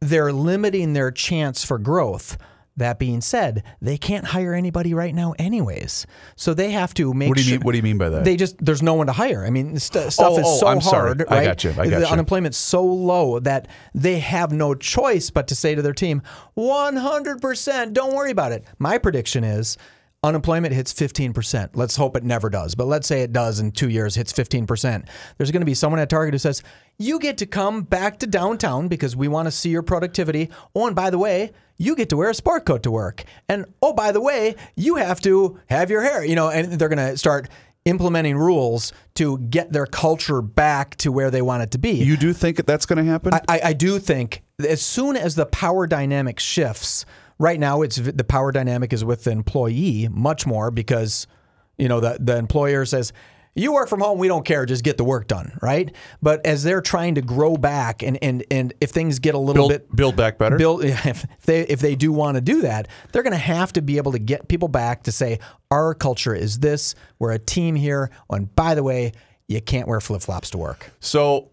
they're limiting their chance for growth. That being said, they can't hire anybody right now, anyways. So they have to make.
What do you
sure-
mean? What do you mean by that?
They just there's no one to hire. I mean, st- stuff
Oh,
is
oh,
so
I'm sorry.
hard.
I
Right?
got you. I got you.
the unemployment's so low that they have no choice but to say to their team, 100 percent, don't worry about it. My prediction is. Unemployment hits 15%. Let's hope it never does, but let's say it does in two years, hits 15%. There's going to be someone at Target who says, You get to come back to downtown because we want to see your productivity. Oh, and by the way, you get to wear a sport coat to work. And oh, by the way, you have to have your hair, you know, and they're going to start implementing rules to get their culture back to where they want it to be.
you do think that that's going to happen?
I, I do think as soon as the power dynamic shifts, right now it's the power dynamic is with the employee much more because you know the the employer says you work from home, we don't care, just get the work done, right? But as they're trying to grow back and and and if things get a
build,
little bit
build back better.
Build if they if they do want to do that, they're going to have to be able to get people back to say our culture is this. We're a team here, and by the way, you can't wear flip flops to work.
So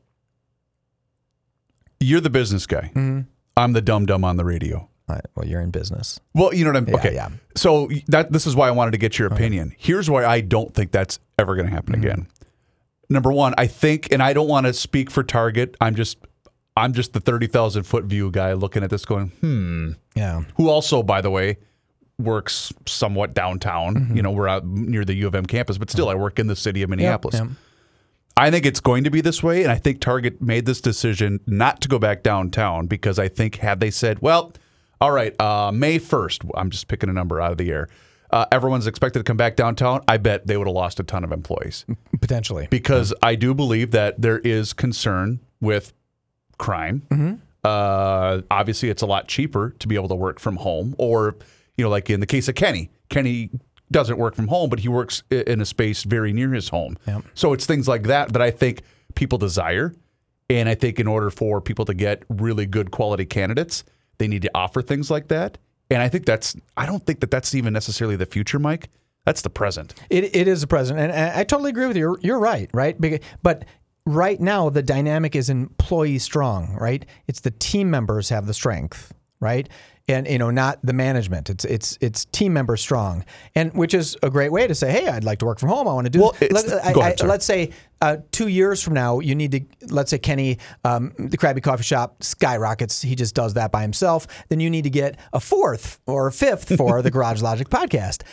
you're the business guy.
Mm-hmm.
I'm the dumb dumb on the radio.
All right, well, you're in business.
Well, you know what I'm. okay,
yeah.
So that this is why I wanted to get your opinion. Here's why I don't think that's ever going to
Mm.
happen again. Number one, I think, and I don't want to speak for Target. I'm just, I'm just the thirty thousand foot view guy looking at this, going, hmm.
Yeah.
Who also, by the way, works somewhat downtown. You know, we're out near the U of M campus, but still, I work in the city of Minneapolis.
yep.
I think it's going to be this way, and I think Target made this decision not to go back downtown because I think had they said, "Well, all right, uh, May first, I'm just picking a number out of the air," uh, everyone's expected to come back downtown. I bet they would have lost a ton of employees
Potentially.
because I do believe that there is concern with crime. Uh, obviously, it's a lot cheaper to be able to work from home, or you know, like in the case of Kenny, Kenny doesn't work from home, but he works i- in a space very near his home. So it's things like that that I think people desire, and I think in order for people to get really good quality candidates, they need to offer things like that. And I think that's I don't think that that's even necessarily the future, Mike. That's the present.
It, it is the president, and I, I totally agree with you. You're, you're right, right? Beca- But right now, the dynamic is employee strong, right? It's the team members have the strength, right? And you know, not the management. It's it's it's team member strong, and which is a great way to say, hey, I'd like to work from home. I want to do.
Well,
this."
it's
Let-
the- go ahead, sorry.
let's say uh, two years from now, you need to let's say Kenny, um, the Krabby Coffee Shop skyrockets. He just does that by himself. Then you need to get a fourth or a fifth for the Garage Logic podcast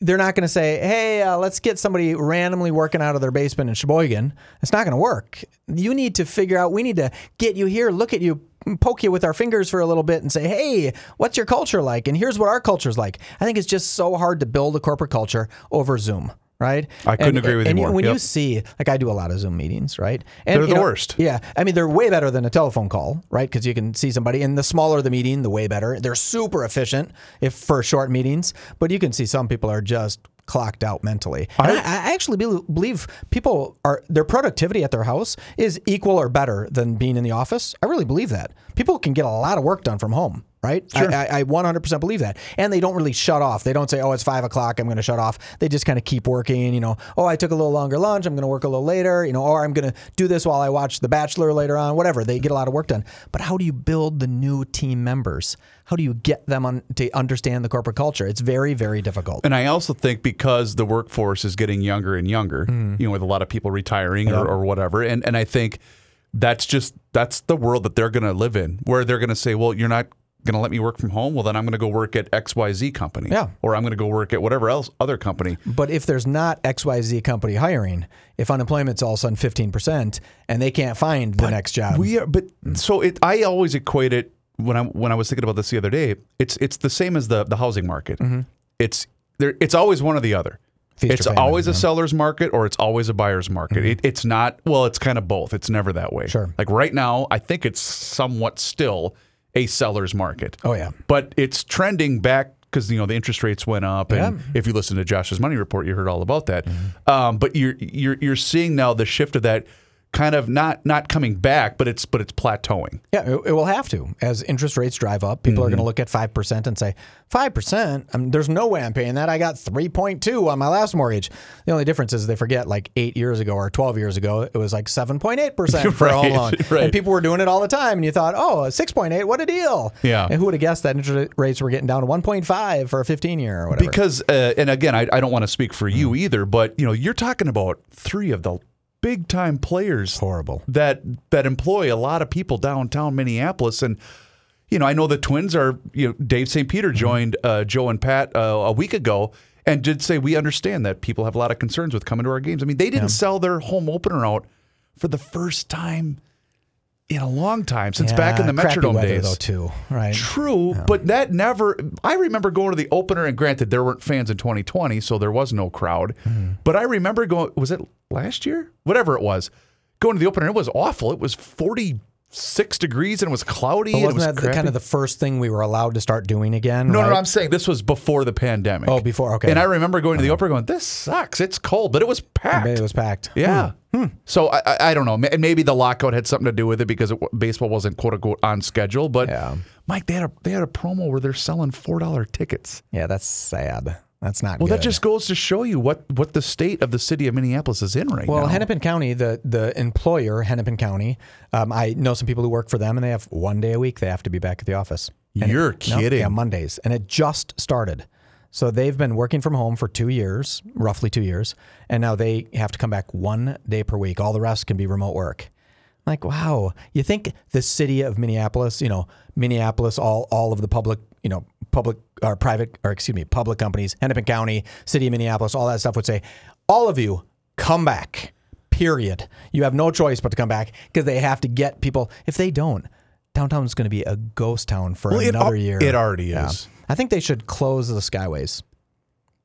they're not going to say, "Hey, uh, let's get somebody randomly working out of their basement in Sheboygan." It's not going to work. You need to figure out. We need to get you here, look at you, poke you with our fingers for a little bit, and say, "Hey, what's your culture like?" And here's what our culture's like. I think it's just so hard to build a corporate culture over Zoom. Right,
I couldn't
And-
agree with you
and
more.
When
Yep.
you see, like, I do a lot of Zoom meetings, right? And
They're
you
the worst.
yeah, I mean they're way better than a telephone call, right? Because you can see somebody, and the smaller the meeting, the way better. They're super efficient if for short meetings, but you can see some people are just clocked out mentally. And I, I actually be, believe people are their productivity at their house is equal or better than being in the office. I really believe that people can get a lot of work done from home. Right, sure. I, I- I 100% believe that, and they don't really shut off. They don't say, "Oh, it's five o'clock. I'm going to shut off." They just kind of keep working. You know, oh, I took a little longer lunch. I'm going to work a little later. You know, or I'm going to do this while I watch The Bachelor later on. Whatever. They get a lot of work done. But how do you build the new team members? How do you get them on, to understand the corporate culture? It's very, very difficult.
And I also think because the workforce is getting younger and younger, you know, with a lot of people retiring or, or whatever, and and I think that's just that's the world that they're going to live in, where they're going to say, well, you're not going to let me work from home. Well, then I'm going to go work at X Y Z company,
Yeah.
or I'm going to go work at whatever else other company.
But if there's not X Y Z company hiring, if unemployment's all of a sudden 15% and they can't find the next job,
We are, but so it. I always equate it when I when I was thinking about this the other day. It's it's the same as the the housing market. It's there. It's always one or the other.
Feast or
it's
famine,
always a seller's market or it's always a buyer's market. It, it's not. Well, it's kind of both. It's never that way.
Mm-hmm. Sure.
Like right now, I think it's somewhat still a seller's market.
Oh, yeah.
But it's trending back because you know the interest rates went up, and if you listen to Josh's money report, you heard all about that.
Mm-hmm.
Um, but you're you're you're seeing now the shift of that kind of not not coming back, but it's but it's plateauing.
Yeah, it, it will have to as interest rates drive up. People are
Mm-hmm.
going to look at five percent and say, five percent. I mean, there's no way I'm paying that. I got three point two on my last mortgage. The only difference is they forget like eight years ago or twelve years ago, it was like seven point eight percent for a home
Right,
loan,
right.
and people were doing it all the time. And you thought, oh, 6.8, what a deal.
Yeah.
and who would have guessed that interest rates were getting down to one point five for a fifteen year or whatever?
Because uh, and again, I, I don't want to speak for you
Mm-hmm.
either, but you know you're talking about three of the big time players
horrible.
that that employ a lot of people downtown Minneapolis and. You know, I know the twins are. You know, Dave St. Peter
Mm-hmm.
joined uh, Joe and Pat uh, a week ago, and did say we understand that people have a lot of concerns with coming to our games. I mean, they didn't sell their home opener out for the first time in a long time since back in
Yeah,
the
crappy
Metrodome
weather,
days.
though, too. Right.
True, but that never. I remember going to the opener, and granted, there weren't fans in 2020, so there was no crowd.
Hmm.
But I remember going. Was it last year? Whatever it was, going to the opener. It was awful. It was 46 degrees, and it was cloudy.
But
and it
wasn't
was
that the- kind
crappy.
of the first thing we were allowed to start doing again?
No,
right?
no, no, I'm saying this was before the pandemic.
Oh, before, okay. Uh-huh.
And I remember going to the opener, going, "This sucks. It's cold," but it was packed.
It was packed.
Yeah. Hmm.
Hmm.
So I, I, I don't know. Ma- Maybe the lockout had something to do with it because it, wa- baseball wasn't quote unquote on schedule. But
Yeah.
Mike, they had a they had a promo where they're selling four dollar tickets.
Yeah, that's sad. That's not
Well,
good.
that just goes to show you what what the state of the city of Minneapolis is in right
Well,
now.
Hennepin County, the the employer, Hennepin County, um, I know some people who work for them, and they have one day a week they have to be back at the office. And
You're
it- no,
kidding.
yeah, Mondays, and it just started. So they've been working from home for two years, roughly two years, and now they have to come back one day per week. All the rest can be remote work. Like, wow, you think the city of Minneapolis, you know, Minneapolis, all all of the public, you know, public or private or excuse me, public companies, Hennepin County, city of Minneapolis, all that stuff would say, all of you come back. Period. You have no choice but to come back because they have to get people. If they don't, downtown's going to be a ghost town for
Well, it
another
al-
year.
it already is.
I think they should close the skyways.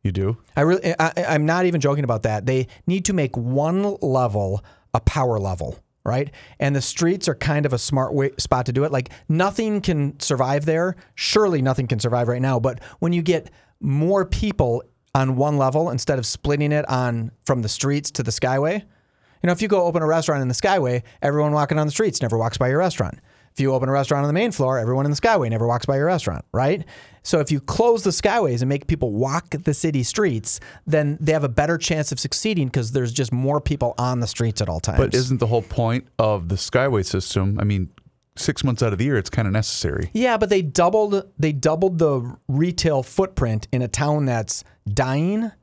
You do.
I really, I, I- I'm not even joking about that. They need to make one level a power level, right? And the streets are kind of a smart way, spot to do it. Like nothing can survive there. Surely nothing can survive right now. But when you get more people on one level instead of splitting it on from the streets to the skyway, you know, if you go open a restaurant in the Skyway, everyone walking on the streets never walks by your restaurant. If you open a restaurant on the main floor, everyone in the Skyway never walks by your restaurant, right? So if you close the Skyways and make people walk the city streets, then they have a better chance of succeeding because there's just more people on the streets at all times.
But isn't the whole point of the Skyway system? I mean, six months out of the year, it's kind of necessary.
Yeah, but they doubled they doubled the retail footprint in a town that's dying.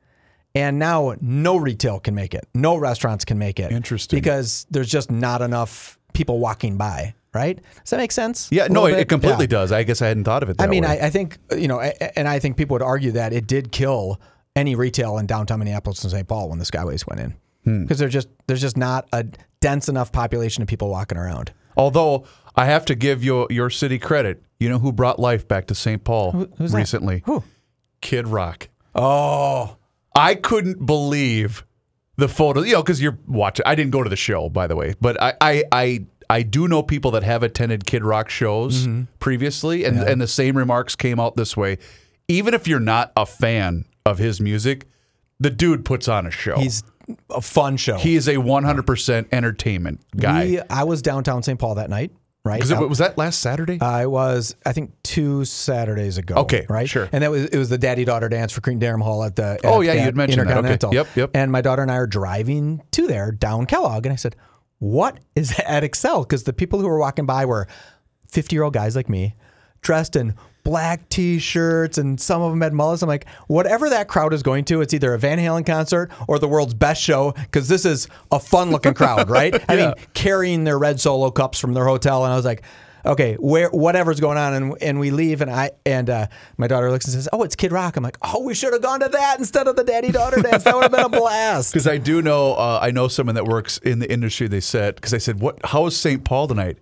And now no retail can make it. No restaurants can make it.
Interesting.
Because there's just not enough people walking by, right? Does that make sense?
Yeah,
A
no,
little
it,
bit?
it completely
Yeah.
does. I guess I hadn't thought of it. That
I mean,
way.
I, I think you know, a- and I think people would argue that it did kill any retail in downtown Minneapolis and St. Paul when the Skyways went in
Hmm.
because there's just there's just not a dense enough population of people walking around.
Although I have to give your your city credit. You know who brought life back to St. Paul
who's that?
recently?
Who?
Kid Rock.
Oh,
I couldn't believe the photo. You know, because you're watching. I didn't go to the show, by the way, but I I I, I do know people that have attended Kid Rock shows
Mm-hmm.
previously, and and the same remarks came out this way. Even if you're not a fan of his music, the dude puts on a show.
he's a fun show.
he is a 100% entertainment guy.
We- I was downtown St. Paul that night, right?
Because was that last Saturday?
I Uh, was, I think, two Saturdays ago.
Okay,
right,
sure.
And that was it was the daddy daughter dance for Cream Durham Hall at the at,
Oh, yeah,
at
you had mentioned that. Okay.
Intercontinental.
Yep, yep.
And my daughter and I are driving to there down Kellogg, and I said, "What is at Excel?" Because the people who were walking by were fifty year old guys like me, dressed in black t-shirts and some of them had mullets i'm like whatever that crowd is going to it's either a van halen concert or the world's best show because this is a fun looking crowd right i mean carrying their red solo cups from their hotel and i was like okay where whatever's going on and and we leave and i and uh, my daughter looks and says oh it's kid rock i'm like oh we should have gone to that instead of the daddy daughter dance that would have been a blast
Because I do know, uh, I know someone that works in the industry. They said, because I said, what? How is St. Paul tonight?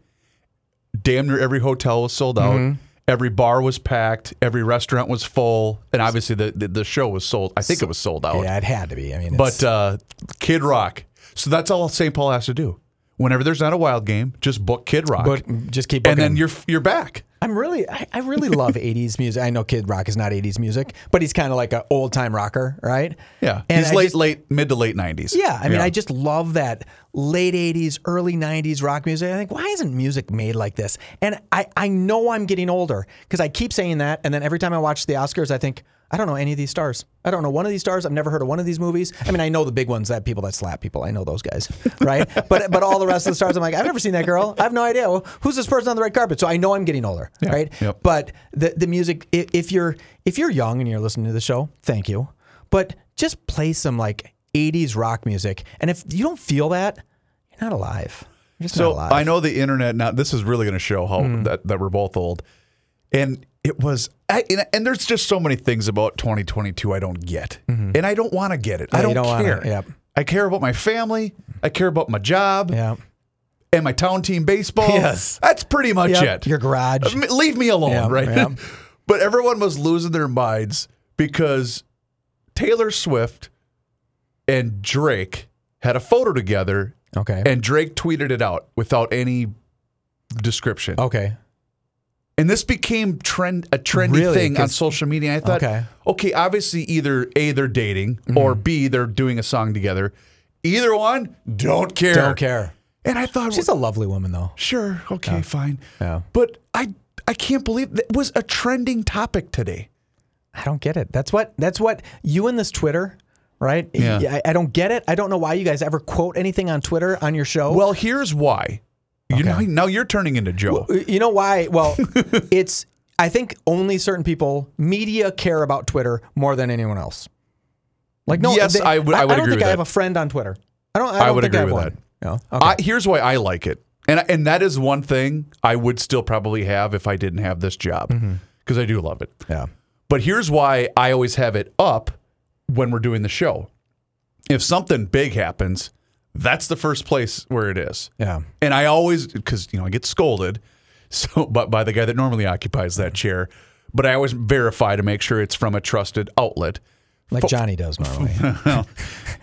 Damn near every hotel was sold out.
Mm-hmm.
Every bar was packed. Every restaurant was full, and obviously the the, the show was sold. I think it was sold out.
yeah it had to be i mean
But
it's-
uh, Kid Rock. So that's all St. Paul has to do. Whenever there's not a wild game, just book Kid Rock,
but just keep
uh, and
booking
then
them.
you're you're back.
I'm really, I, I really love '80s music. I know Kid Rock is not '80s music, but he's kind of like an old time rocker, right?
Yeah,
and
he's
I
late,
just-
late, mid to late '90s.
Yeah, I mean, I just love that late '80s, early '90s rock music. I think, why isn't music made like this? And I, I know I'm getting older because I keep saying that, and then every time I watch the Oscars, I think I don't know any of these stars. I don't know one of these stars. I've never heard of one of these movies. I mean, I know the big ones that people that slap people. I know those guys, right? but but all the rest of the stars, I'm like, I've never seen that girl. I have no idea. Well, who's this person on the red carpet? So I know I'm getting older, right?
yep.
But the the music, i- if you're if you're young and you're listening to the show, thank you. But just play some like 80s rock music, and if you don't feel that, you're not alive. You're just not
So
alive.
I know the internet now. This is really going to show how
Hmm.
that, that we're both old. And it was, I, and, and there's just so many things about 2022 I don't get, and I don't want to get it. I
Mm-hmm. Yeah,
don't,
you don't wanna-
care.
yep.
I care about my family. I care about my job
yeah.
and my town team baseball.
Yes.
that's pretty much
Yep.
it.
Your
Uh,
garage.
m- Leave me alone,
Yeah,
right?
yeah.
but everyone was losing their minds because Taylor Swift and Drake had a photo together
Okay.
and Drake tweeted it out without any description.
okay.
And this became trend a trendy
Really?
thing on
'Cause-
social media. And I thought,
Okay. Mm-hmm.
okay. obviously either A, they're dating, or B, they're doing a song together. Either one, don't care.
Don't care.
And I thought,
She's a lovely woman, though.
sure, okay, fine.
Yeah.
But I I can't believe that was a trending topic today.
I don't get it. That's what that's what you and this Twitter, right?
Yeah.
I, I don't get it. I don't know why you guys ever quote anything on Twitter on your show.
Well, here's why. You know, now you're turning into Joe.
you know why? Well, it's I think only certain people media care about Twitter more than anyone else. Like no,
Yes, I would- I would
don't
agree
think
with
I have
that.
a friend on Twitter. I don't. I, don't
would
think I have
agree
one.
with
Yeah. Okay.
I, here's why I like it, and and that is one thing I would still probably have if I didn't have this job because I do love it.
yeah.
But here's why I always have it up when we're doing the show. If something big happens, that's the first place where it is.
Yeah.
And I always because you know I get scolded, so but by the guy that normally occupies that chair, but I always verify to make sure it's from a trusted outlet.
Like Johnny does normally.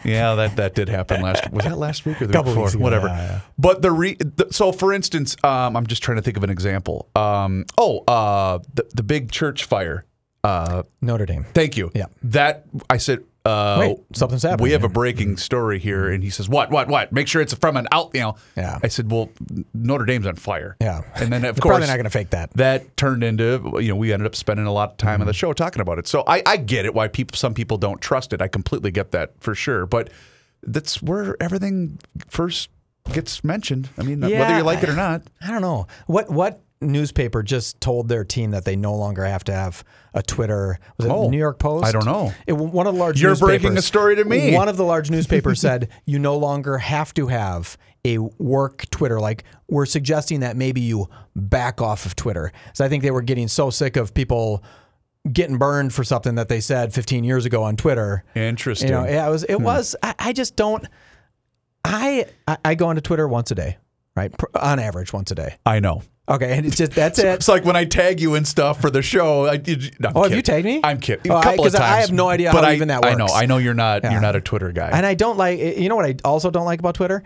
Yeah, that that did happen last. Was that last week or the
Couple
week before?
weeks ago,
Whatever.
yeah, yeah.
But the re the, so for instance, um, I'm just trying to think of an example. Um, oh, uh, the the big church fire. Uh,
Notre Dame.
thank you.
Yeah.
That I said. Uh,
Wait, something's happening
We have
here. Mm-hmm.
a breaking story here, and he says, "What? What? What? Make sure it's from an out." You know.
Yeah.
I said, "Well, Notre Dame's on fire."
Yeah.
And then of
They're
course
probably not going to fake that.
that turned into you know we ended up spending a lot of time on
Mm-hmm.
the show talking about it. So I, I get it why people some people don't trust it. I completely get that for sure. But that's where everything first gets mentioned. I mean, whether
Yeah,
you like it or not.
I don't know what what newspaper just told their team that they no longer have to have a Twitter. Was it
Oh,
New York Post?
I don't know.
It, one of the large.
You're breaking
newspapers-
a story to me.
One of the large newspapers said you no longer have to have a work Twitter. Like we're suggesting that maybe you back off of Twitter. So I think they were getting so sick of people getting burned for something that they said 15 years ago on Twitter.
Interesting. Hmm.
You know, yeah, it was. It was. I, I just don't. I I I go onto Twitter once a day, right? Pr- On average, once a day.
I know.
Okay, and it's just that's it.
It's like when I tag you and stuff for the show. I, you, no, I'm
Oh, have
kidding.
you tagged me?
I'm kidding.
Oh,
a
I-
couple of
'cause I
times.
have no idea
but
how
I,
even that
I know.
works.
I know you're not. You're not a Twitter guy.
And I don't like. eh, You know what? I also don't like about Twitter.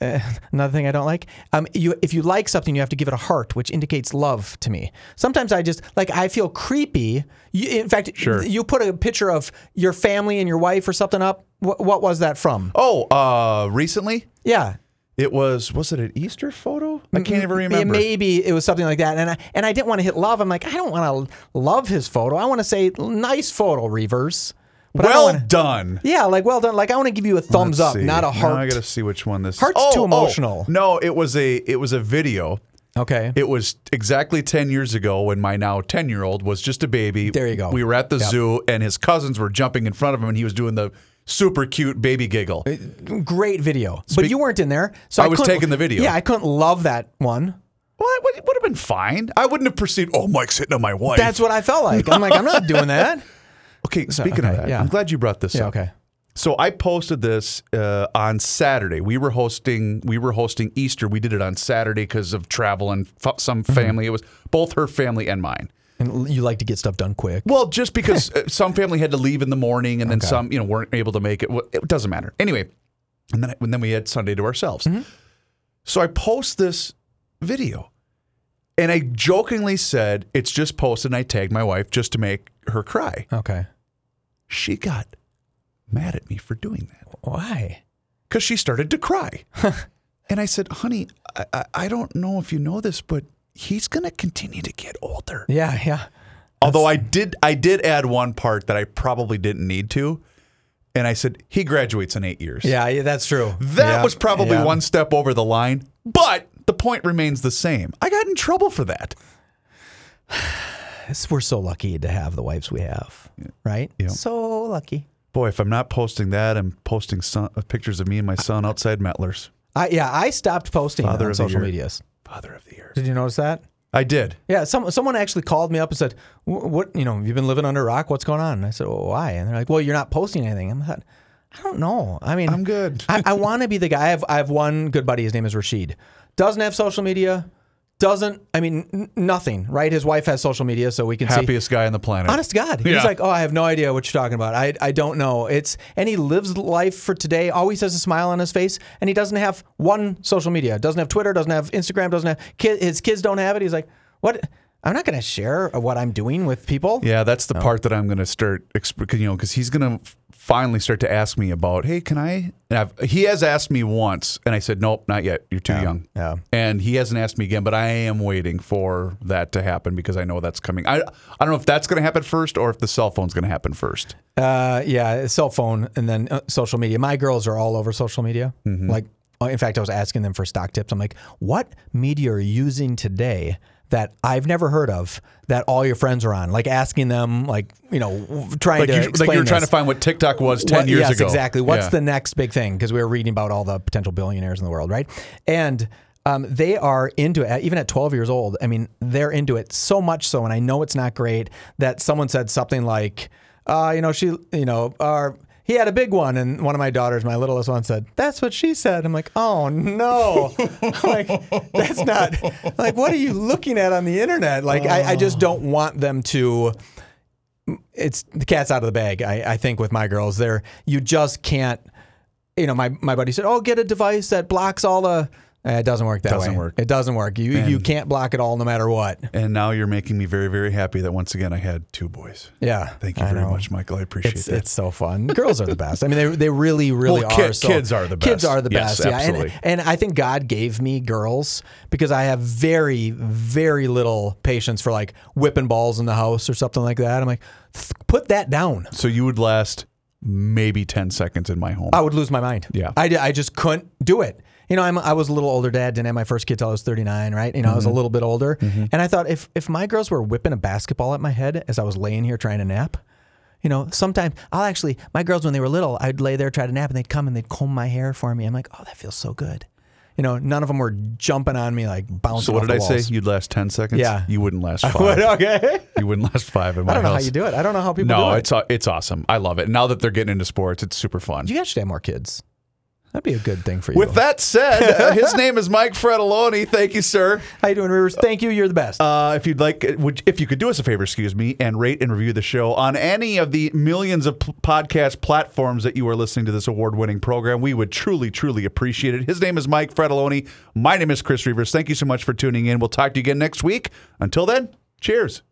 Uh, another thing I don't like. Um, you if you like something, you have to give it a heart, which indicates love to me. Sometimes I just like I feel creepy. You, in fact,
Sure.
you put a picture of your family and your wife or something up. What, what was that from?
oh, uh, recently
Yeah,
it was. Was it an Easter photo?
Mm-hmm.
I can't even
Yeah,
remember.
maybe it was something like that. And I and I didn't want to hit love. I'm like, I don't want to love his photo. I want to say nice photo, Reavers. But I don't
well
wanna-
done.
yeah, like well done. Like I want to give you a thumbs
Let's
up,
see.
not a
Now
heart.
I gotta see which one this. is.
Heart's
Oh,
too
oh,
emotional.
no, it was a. It was a video.
okay.
It was exactly 10 years ago when my now 10 year old was just a baby.
There you go.
We were at the
Yep.
zoo and his cousins were jumping in front of him and he was doing the super cute baby giggle.
Great video, but you weren't in there, so
I
I,
was
couldn't-
taking the video.
Yeah, I couldn't love that one.
Well, I would, it would have been fine. I wouldn't have perceived, oh, Mike's hitting on my wife.
That's what I felt like. I'm like, I'm not doing that.
Okay, speaking of
okay,
that,
yeah.
I'm glad you brought this
Yeah,
up.
okay.
So I posted this uh, on Saturday. We were hosting we were hosting Easter. We did it on Saturday because of travel and f- some family. It was both her family and mine.
And l- you like to get stuff done quick.
Well, just because uh, some family had to leave in the morning, and then some, you know, weren't able to make it. Well, It doesn't matter. Anyway, and then and then we had Sunday to ourselves. So I post this video, and I jokingly said it's just posted. And I tagged my wife just to make her cry.
Okay.
She got mad at me for doing that
Why?
because she started to cry. and I said, "Honey, I, I, I don't know if you know this, but he's going to continue to get older."
Yeah, yeah.
Although I did, I did add one part that I probably didn't need to, and I said he graduates in eight years.
Yeah, yeah, that's true.
that
Yeah,
was probably
yeah.
one step over the line, but the point remains the same. I got in trouble for that.
It's- We're so lucky to have the wives we have, right? So lucky.
Boy, if I'm not posting that, I'm posting son, uh, pictures of me and my son outside Mettler's.
I yeah, I stopped posting
Father
on
of the
social
year.
medias.
Father of the year.
Did you notice that?
I did.
Yeah, some, someone actually called me up and said, "Wh- "What you know? You've been living under a rock. What's going on?" And I said, well, "Why?" And they're like, "Well, you're not posting anything." I'm not. I don't know. I mean,
I'm good.
I, I want to be the guy. I have, I have one good buddy. His name is Rashid. Doesn't have social media. Doesn't. I mean, n- nothing. Right? His wife has social media, so we can see.
Happiest guy on the planet.
Honest to God. He's
Yeah.
like, oh, I have no idea what you're talking about. I, I don't know. It's and he lives life for today, always has a smile on his face, and he doesn't have one social media. Doesn't have Twitter, doesn't have Instagram, doesn't have kid, his kids don't have it. He's like, what? I'm not gonna share what I'm doing with people.
Yeah, that's the part that I'm going to start, exp- 'cause, you know, because he's going to finally start to ask me about, hey, can I? And I've, he has asked me once, and I said, nope, not yet. You're too young.
yeah.
And he hasn't asked me again, but I am waiting for that to happen because I know that's coming. I, I don't know if that's going to happen first or if the cell phone's going to happen first.
Uh, yeah, cell phone and then uh, social media. My girls are all over social media.
Mm-hmm.
Like, uh, in fact, I was asking them for stock tips. I'm like, what media are you using today that I've never heard of that all your friends are on? Like asking them, like you know, w- trying
Like,
to
you,
explain
like you're trying to
this.
find what TikTok was 10
What-
years
yes,
ago.
exactly. What's
Yeah.
the next big thing? Because we were reading about all the potential billionaires in the world, right? And um, they are into it, even at 12 years old. I mean, they're into it so much so, and I know it's not great that someone said something like, uh, you know, she, you know, or he had a big one, and one of my daughters, my littlest one, said, "That's what she said." I'm like, "Oh no!" I'm like, that's not. Like, what are you looking at on the internet? Like, I, I just don't want them to it's the cat's out of the bag. I, I think with my girls, there you just can't. You know, my my buddy said, "Oh, get a device that blocks all the." Eh, it doesn't work that
Doesn't
way.
work.
It doesn't work. You you can't block it all, no matter what.
And now you're making me very, very happy that once again I had two boys.
Yeah.
Thank you
I
very
know.
much, Michael. I appreciate
It's,
that.
it's so fun. Girls are the best. I mean, they, they really, really
Well,
are.
kid-
so-
kids are the best.
Kids are the
Yes,
best. Yeah. And-
absolutely.
And, I think God gave me girls because I have very, very little patience for like whipping balls in the house or something like that. I'm like, "Th- put that down.
so you would last maybe 10 seconds in my home.
I would lose my mind.
Yeah.
I, I just couldn't do it. You know, I'm, I was a little older dad, didn't have my first kid till I was 39, right? You know, I
Mm-hmm.
was a little bit older. And I thought if, if my girls were whipping a basketball at my head as I was laying here trying to nap, you know, sometimes I'll actually, my girls, when they were little, I'd lay there, try to nap, and they'd come and they'd comb my hair for me. I'm like, oh, that feels so good. You you know, none of them were jumping on me like bouncing.
So what
off
did I
the walls.
say? You'd last ten seconds.
Yeah.
you wouldn't last
I would-
five.
okay.
You wouldn't last five in my
I don't know how
house.
you do it. I don't know how people
No,
do it.
it's au- it's awesome. I love it. Now that they're getting into sports, it's super fun.
you guys should have more kids. That'd be a good thing for you.
With that said, uh, his name is Mike Fredaloni. Thank you, sir.
how you doing, Rivers? Thank you. You're the best.
Uh, if you'd like, would, if you could do us a favor, excuse me, and rate and review the show on any of the millions of p- podcast platforms that you are listening to this award winning program, we would truly, truly appreciate it. His name is Mike Fredaloni. My name is Chris Reavers. Thank you so much for tuning in. We'll talk to you again next week. Until then, cheers.